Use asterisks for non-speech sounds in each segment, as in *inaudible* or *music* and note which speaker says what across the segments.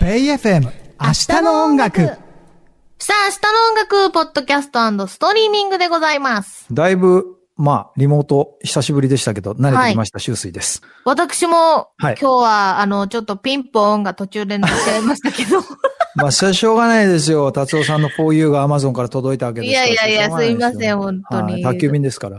Speaker 1: ベイ FM 明日の音楽
Speaker 2: さあ、明日の音楽、ポッドキャストストリーミングでございます。
Speaker 3: だいぶ、まあ、リモート、久しぶりでしたけど、慣れてきました、周水です。
Speaker 2: 私も、
Speaker 3: はい
Speaker 2: 今日は、あの、ちょっとピンポンが途中で鳴っちゃいました
Speaker 3: *laughs*
Speaker 2: けど。
Speaker 3: まあ、それはしょうがないですよ。達夫さんの 4U が Amazon から届いたわけです
Speaker 2: い
Speaker 3: から。
Speaker 2: やいやいや、
Speaker 3: しょう
Speaker 2: すい
Speaker 3: がな
Speaker 2: ま
Speaker 3: で
Speaker 2: せん、本当
Speaker 3: はい
Speaker 2: に。
Speaker 3: 宅急便ですから。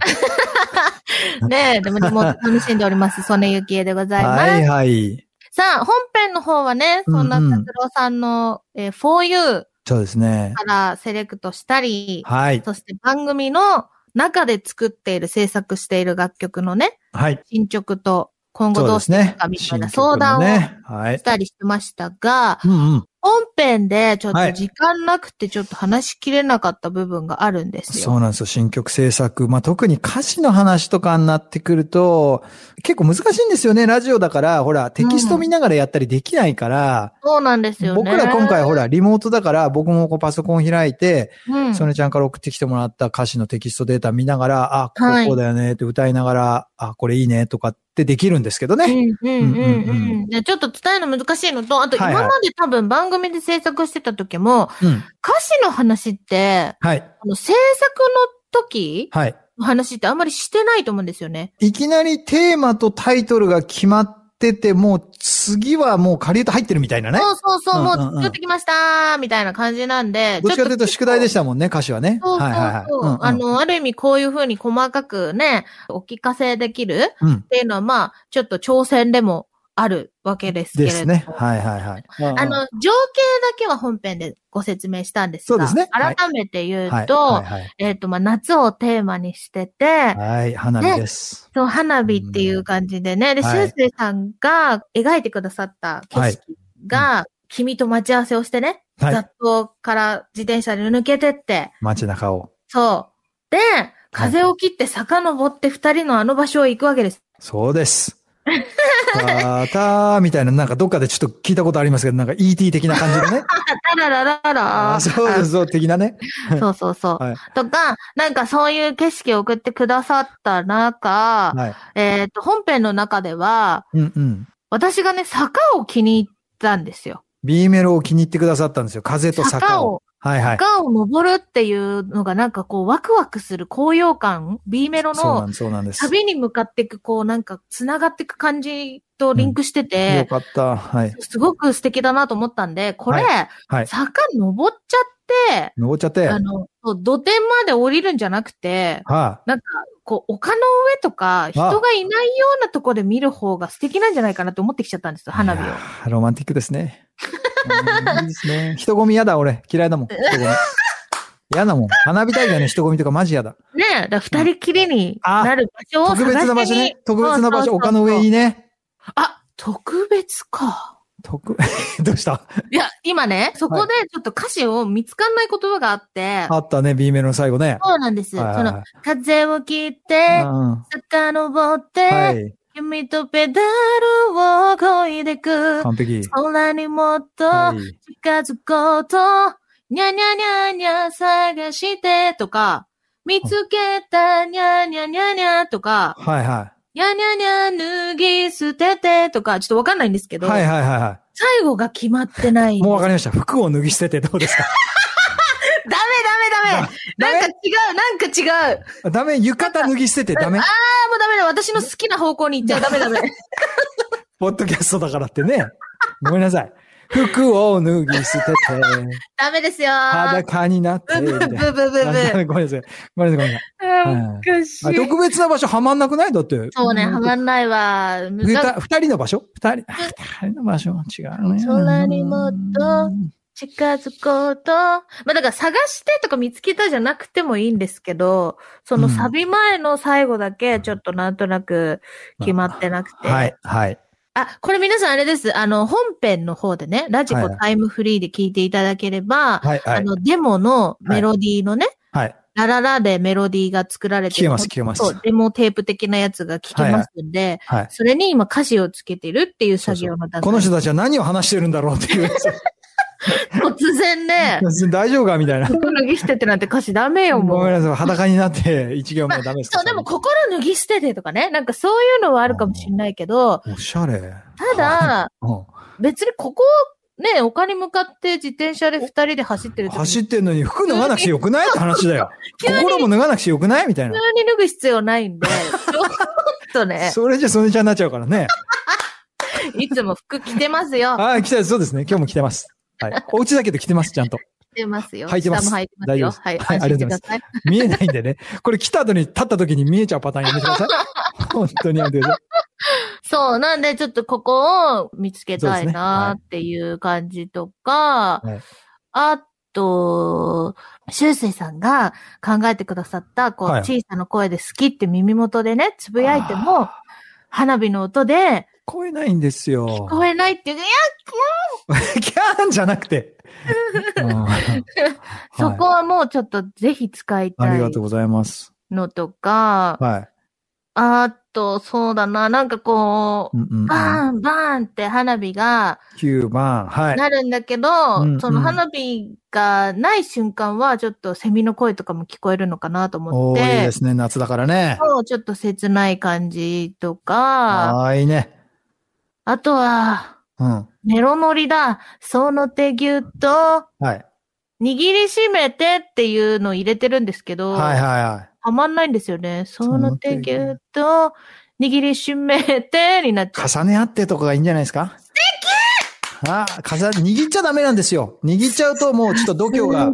Speaker 2: ねえ、でも、でも、楽しんでおります。曽根幸恵でございます。
Speaker 3: はいはい。
Speaker 2: さあ、本編の方はね、そんな
Speaker 3: うんうん
Speaker 2: 達郎さんの、えー 4U
Speaker 3: そうですね。
Speaker 2: からセレクトしたり、
Speaker 3: はい。
Speaker 2: そして番組の中で作っている、制作している楽曲のね、
Speaker 3: はい。
Speaker 2: 進捗と今後
Speaker 3: そう
Speaker 2: ど
Speaker 3: で
Speaker 2: うし
Speaker 3: す
Speaker 2: てい
Speaker 3: ね
Speaker 2: くか。みたい
Speaker 3: 新
Speaker 2: な
Speaker 3: 曲の
Speaker 2: 相談をし
Speaker 3: ね。はい。
Speaker 2: たりしてましたが、
Speaker 3: うんうん。
Speaker 2: 本編でちょっ
Speaker 3: は
Speaker 2: と
Speaker 3: い
Speaker 2: 時間なくてちょっと話しきれなかった部分があるんですよ。
Speaker 3: そうなんですよ。新曲制作。まあ、特に歌詞の話とかになってくると、結構難しいんですよね。ラジオだから、ほら、テキスト見ながらやったりできないから、
Speaker 2: そうなんですよね。
Speaker 3: 僕ら今回ほら、リモートだから、僕もこうパソコン開いて、
Speaker 2: うん、
Speaker 3: ソネちゃんから送ってきてもらった歌詞のテキストデータ見ながら、あ、こ
Speaker 2: はい
Speaker 3: ここうだよねって歌いながら、あ、これいいねとかってできるんですけど
Speaker 2: う
Speaker 3: ね。
Speaker 2: んうんう
Speaker 3: うんん
Speaker 2: う。
Speaker 3: うん
Speaker 2: で、ちょっと伝えるの難しいのと、あと
Speaker 3: は
Speaker 2: 今
Speaker 3: いはい
Speaker 2: まで多分番組で制作してた時も、
Speaker 3: うん。
Speaker 2: 歌詞の話って、
Speaker 3: はい。
Speaker 2: あの制作の時
Speaker 3: はい。
Speaker 2: の話ってあんまりしてないと思うんですよね。
Speaker 3: いきなりテーマとタイトルが決まってて、もう次はもう仮歌入ってるみたいなね。
Speaker 2: そうそうそう、
Speaker 3: うんうんうん
Speaker 2: もう作ってきましたーみたいな感じなんで。
Speaker 3: どっちかというと宿題で
Speaker 2: し
Speaker 3: したもんね、歌詞はね。
Speaker 2: そうそう
Speaker 3: はいはいはい
Speaker 2: そう。
Speaker 3: うんうん。
Speaker 2: あの、ある意味こういうふうに細かくね、お聞かせできる
Speaker 3: うん
Speaker 2: っ。ていうのは、まあ、ちょっと挑戦でもあるわけです
Speaker 3: で
Speaker 2: けれど
Speaker 3: すね。はいはいはい。
Speaker 2: あの、情景だけは本編でご説明したんですが、
Speaker 3: そうですねはい
Speaker 2: 改めて言
Speaker 3: は
Speaker 2: う
Speaker 3: い
Speaker 2: と、
Speaker 3: はいはい
Speaker 2: えっ、と、まあ、夏をテーマにしてて、
Speaker 3: はい、花火です。
Speaker 2: そう、花火っていう感じでね、で、
Speaker 3: うん
Speaker 2: シ
Speaker 3: は
Speaker 2: ュ
Speaker 3: い
Speaker 2: ウスイさんが描いてくださった景色が、君と待ち合わせをしてね、
Speaker 3: は
Speaker 2: 雑
Speaker 3: い。
Speaker 2: 踏から自転車で抜けてって、
Speaker 3: 街中を。
Speaker 2: そう。で、風を切って遡って二人のあの場所へ行くわけです。
Speaker 3: そうです。たーたーみたいな、なんかどっかでちょっと聞いたことありますけど、なんか ET 的な感じのね。
Speaker 2: *laughs* あららららら
Speaker 3: あーそうです、そう、的なね。
Speaker 2: そうそうそう。
Speaker 3: はい
Speaker 2: とか、なんかそういう景色を送ってくださった中、
Speaker 3: はい。
Speaker 2: えっ、と、本編の中では、
Speaker 3: うんうん。
Speaker 2: 私がね、坂を気に入ったんですよ。
Speaker 3: B メロを気に入ってくださったんですよ。風と坂を。はいはい。
Speaker 2: 坂を登るっていうのがなんかこう、ワクワクする高揚感 ?B メロ
Speaker 3: そうな
Speaker 2: の
Speaker 3: んです、そうなんです。
Speaker 2: 旅に向かっていく、こう、なんか繋がっていく感じとリンクして
Speaker 3: よ
Speaker 2: て、
Speaker 3: かった。はい。
Speaker 2: すごく素敵だなと思ったんで、これ、
Speaker 3: はい。
Speaker 2: 坂登っちゃって、
Speaker 3: 登っちゃって。
Speaker 2: あ
Speaker 3: はい、
Speaker 2: の、そう土手まで降りるんじゃなくて、なんか、こう、丘の上とか、人がいないようなとこで見る方が素敵なんじゃないかなって思ってきちゃったんですよ、花火
Speaker 3: いや
Speaker 2: を。
Speaker 3: ーロマンティックですね。うんいいですね。 *laughs* 人混み嫌だ、俺。嫌い
Speaker 2: *laughs*
Speaker 3: だもん。人混み。嫌だもん。花火大会の人混みとかマジ嫌だ。
Speaker 2: ねえ、だから二人きりになる場所を探
Speaker 3: 特別な場所
Speaker 2: しに
Speaker 3: ね。特別な場所、丘の上。
Speaker 2: そうそうそう
Speaker 3: いいね。
Speaker 2: あ、特別か。
Speaker 3: 特、 *laughs* どうした
Speaker 2: いや、今ね、そこでちょっと歌詞を見つかんない言葉があって、
Speaker 3: あったね、B メロの最後ね。
Speaker 2: そうなんです。そ
Speaker 3: はいはい
Speaker 2: の
Speaker 3: は、
Speaker 2: 風を切って、
Speaker 3: うん
Speaker 2: 遡っ
Speaker 3: は
Speaker 2: て、
Speaker 3: い。
Speaker 2: 君とペダルをこいでく。
Speaker 3: 完璧。
Speaker 2: 空にもっと、
Speaker 3: はい。
Speaker 2: 近づこうと、にゃにゃにゃにゃ探してとか、見つけたにゃにゃにゃにゃとか、
Speaker 3: はいは
Speaker 2: にゃにゃにゃ脱ぎ捨ててとか、ちょっとわかんないんですけ
Speaker 3: い。
Speaker 2: ど、
Speaker 3: はいはいはいは
Speaker 2: 最後が決まってない
Speaker 3: い。
Speaker 2: んです。
Speaker 3: もうわかりました。服を脱ぎ捨ててどうですか
Speaker 2: ダメダメ
Speaker 3: *laughs*
Speaker 2: ダメ
Speaker 3: ダ
Speaker 2: なんか違うなんか違うあーも
Speaker 3: ダメ浴衣脱ぎ捨ててダメ
Speaker 2: うダメだ私の好きな方向に行っちゃうダメ
Speaker 3: *laughs*
Speaker 2: ダメ
Speaker 3: ポッドキャストだからってね。ごめんなさい。服を脱ぎ捨てて、
Speaker 2: ダメですよー
Speaker 3: 裸になって、
Speaker 2: ブ
Speaker 3: み
Speaker 2: ブ
Speaker 3: た
Speaker 2: ブ
Speaker 3: い
Speaker 2: ブ
Speaker 3: な。
Speaker 2: ブブ
Speaker 3: ご
Speaker 2: ブ
Speaker 3: めんなさい。ごめんなさい。ごめんなさい。
Speaker 2: うんおかしい
Speaker 3: あ特別な場所はまんなくないだって。
Speaker 2: そうね、はまんないわ。
Speaker 3: 二人二人の場所二人、あ二人の場所は違うね。
Speaker 2: 空にもっと近づこうと。まあだから探してとか見つけたじゃなくてもいいんですけど、その
Speaker 3: うん
Speaker 2: サビ前の最後だけちょっとなんとなく決まってなくて。
Speaker 3: はい、はい。
Speaker 2: あ、これ皆さんあれです。あの、本編の方でね、ラジ
Speaker 3: は
Speaker 2: コ
Speaker 3: いはい
Speaker 2: タイムフリーで聞いていただければ、
Speaker 3: はい、は
Speaker 2: あ
Speaker 3: い。
Speaker 2: の、デモのメロディーのね、
Speaker 3: はい。
Speaker 2: ラララでメロディーが作られて
Speaker 3: 聞けます、聞けます。
Speaker 2: そう、デモテープ的なやつが聞けますんで、
Speaker 3: はい。
Speaker 2: それに今歌詞をつけてるっていう作業の段階
Speaker 3: この人たちは何を話してるんだろうって
Speaker 2: *laughs*
Speaker 3: いう。 *laughs*
Speaker 2: 突然ね、
Speaker 3: 大丈夫かみたいな。
Speaker 2: 心脱ぎ捨ててなんて歌詞ダメよ、もう。
Speaker 3: ごめんなさい。裸になって一行もダメですか。
Speaker 2: そう、でも心脱ぎ捨ててとかね、なんかそういうのはあるかもしれないけど、
Speaker 3: おしゃれ。
Speaker 2: ただ、
Speaker 3: うん
Speaker 2: 別にここね、丘に向かって自転車で二人で走ってる時に
Speaker 3: 走ってんのに服脱がなくてよくないって話だよ。
Speaker 2: *laughs* 急に
Speaker 3: 心も脱がなくてよくないみたい
Speaker 2: 普
Speaker 3: な。
Speaker 2: 通に脱ぐ必要な
Speaker 3: *laughs*
Speaker 2: いんで、ちょっとね、
Speaker 3: それじゃ、それじゃになっちゃうからね。
Speaker 2: いつも服着てますよ。
Speaker 3: ああ、来た、そうですね。今日も来てます。はい。お家だけど来てます、ちゃんと。
Speaker 2: 着てますよ。
Speaker 3: 履いてます
Speaker 2: 下も履いてますよ。
Speaker 3: 大丈夫
Speaker 2: はい。
Speaker 3: ですはい
Speaker 2: 安
Speaker 3: あり
Speaker 2: 心
Speaker 3: が
Speaker 2: し
Speaker 3: とう
Speaker 2: て
Speaker 3: ござ
Speaker 2: ください。
Speaker 3: 見えないんでね。これ来た後に、立った時に見えちゃうパターンやめてく
Speaker 2: *laughs*
Speaker 3: ださい。本当にやめてください。
Speaker 2: そう、なんでちょっとここを見つけたいなっていう感じとか、
Speaker 3: はい
Speaker 2: あと、しゅうせいさんが考えてくださった、こう、
Speaker 3: はい
Speaker 2: 小さな声で好きって耳元でね、つぶやいても、花火の音で
Speaker 3: 聞こえないんですよ。
Speaker 2: 聞こえないっていう、いや、
Speaker 3: *laughs* キャーンじゃなくて。うん
Speaker 2: そこ
Speaker 3: はい
Speaker 2: はもうちょっとぜひ使い
Speaker 3: あ
Speaker 2: た
Speaker 3: り
Speaker 2: い
Speaker 3: がとうございます。
Speaker 2: のとか、
Speaker 3: はい。
Speaker 2: あと、そうだな、なんかこ
Speaker 3: う
Speaker 2: う、
Speaker 3: んうんうん、
Speaker 2: バーン、バーンって花火が、
Speaker 3: 9番。はい。
Speaker 2: なるんだけど、
Speaker 3: うん
Speaker 2: その花火がない瞬間は、ちょっとセミの声とかも聞こえるのかなと思
Speaker 3: お
Speaker 2: っ
Speaker 3: ー、いい
Speaker 2: て
Speaker 3: で、すね。夏だからね。
Speaker 2: もうちょっと切ない感じとか、あ
Speaker 3: はーいね。
Speaker 2: とは、
Speaker 3: うん。は
Speaker 2: メロノリだ、その手ぎゅっと、
Speaker 3: い。はい
Speaker 2: 握りしめてっていうのを入れてるんですけど、
Speaker 3: はいは
Speaker 2: はまんないんですよね。その手ぎゅっと、握りしめてになっちゃう。
Speaker 3: い。重ね合ってとかがいいんじゃないですか素敵あ、重ね、握っちゃダメなんですよ。握っちゃうともうちょっと度胸が
Speaker 2: う、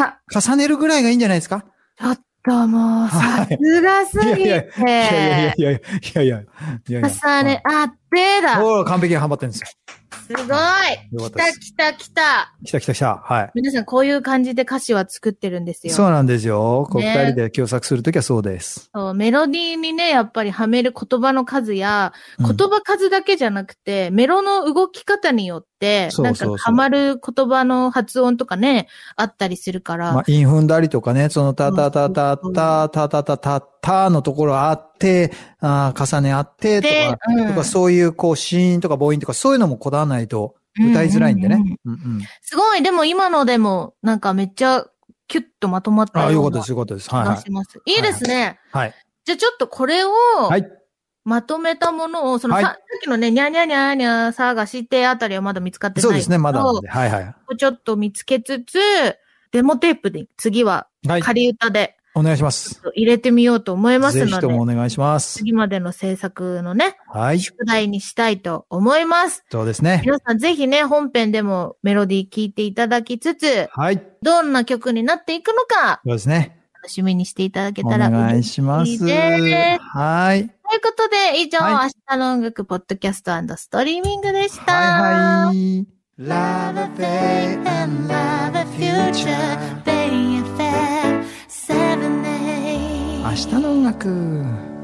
Speaker 2: わ
Speaker 3: 重ねるぐらいがいいんじゃないですか
Speaker 2: ーちょっともう、
Speaker 3: は
Speaker 2: さ
Speaker 3: い
Speaker 2: すがすぎ
Speaker 3: いやい
Speaker 2: て。
Speaker 3: いやいやいやいやいやいやいや。
Speaker 2: 重ね合ってだ。
Speaker 3: おー、完璧にハマってるんですよ。
Speaker 2: すごい
Speaker 3: よかったで
Speaker 2: 来た
Speaker 3: す
Speaker 2: 来た来た
Speaker 3: 来た来た来た。はい。
Speaker 2: 皆さんこういう感じで歌詞は作ってるんですよ。
Speaker 3: そうなんですよ。こう
Speaker 2: ね
Speaker 3: 二人で共作するときはそうです。
Speaker 2: そうメロディーにね、やっぱりはめる言葉の数や、
Speaker 3: うん
Speaker 2: 言葉数だけじゃなくて、メロの動き方によって、
Speaker 3: そうそうそう
Speaker 2: なんかハマる言葉の発音とかね、あったりするから、
Speaker 3: まあ、イン踏んだりとかね、そのタタタタタタタタタタのところあって、あー重ねあってと
Speaker 2: で
Speaker 3: か、
Speaker 2: うん
Speaker 3: とかそういうこうシーンとか母音とかそういうのもこだわらないと歌いづらいんで
Speaker 2: う
Speaker 3: ね
Speaker 2: うう。
Speaker 3: うんうん
Speaker 2: すごい、でも今のでも、なんかめっちゃキュッとまとまった
Speaker 3: ああ、よかったで
Speaker 2: な
Speaker 3: す、よかったです。はい
Speaker 2: 気
Speaker 3: は
Speaker 2: が
Speaker 3: い
Speaker 2: し。ます。いいですね。
Speaker 3: はい。
Speaker 2: じゃあちょっとこれを、
Speaker 3: はい。
Speaker 2: まとめたものを、その
Speaker 3: は
Speaker 2: さ,、
Speaker 3: い
Speaker 2: さっきのね、にゃにゃにゃにゃ探してあたりはまだ見つかってない。
Speaker 3: そうですね、まだなんで。はいは。
Speaker 2: ちょっと見つけつつ、デモテープで次はい
Speaker 3: はい。
Speaker 2: 仮歌で
Speaker 3: お願いします。
Speaker 2: 入れてみようと思います
Speaker 3: ぜ
Speaker 2: の
Speaker 3: ひ
Speaker 2: で、
Speaker 3: ともお願いします。
Speaker 2: 次までの制作のね、
Speaker 3: はい。
Speaker 2: 宿題にしたいと思います。
Speaker 3: そうですね。
Speaker 2: 皆さんぜひね、本編でもメロディー聴いていただきつつ、
Speaker 3: はい。そ
Speaker 2: どんな曲になっていくのか、
Speaker 3: うですね。
Speaker 2: 楽しみにしていただけ
Speaker 3: お
Speaker 2: たら
Speaker 3: 願い
Speaker 2: 嬉しい
Speaker 3: します。
Speaker 2: です
Speaker 3: はい。
Speaker 2: ということで、以上、
Speaker 3: は
Speaker 2: 明日の音楽、ポッドキャストストリーミングでした。
Speaker 3: はいはい。
Speaker 4: Love affair and love a future, Bay FM 7 8
Speaker 3: 明日の音楽。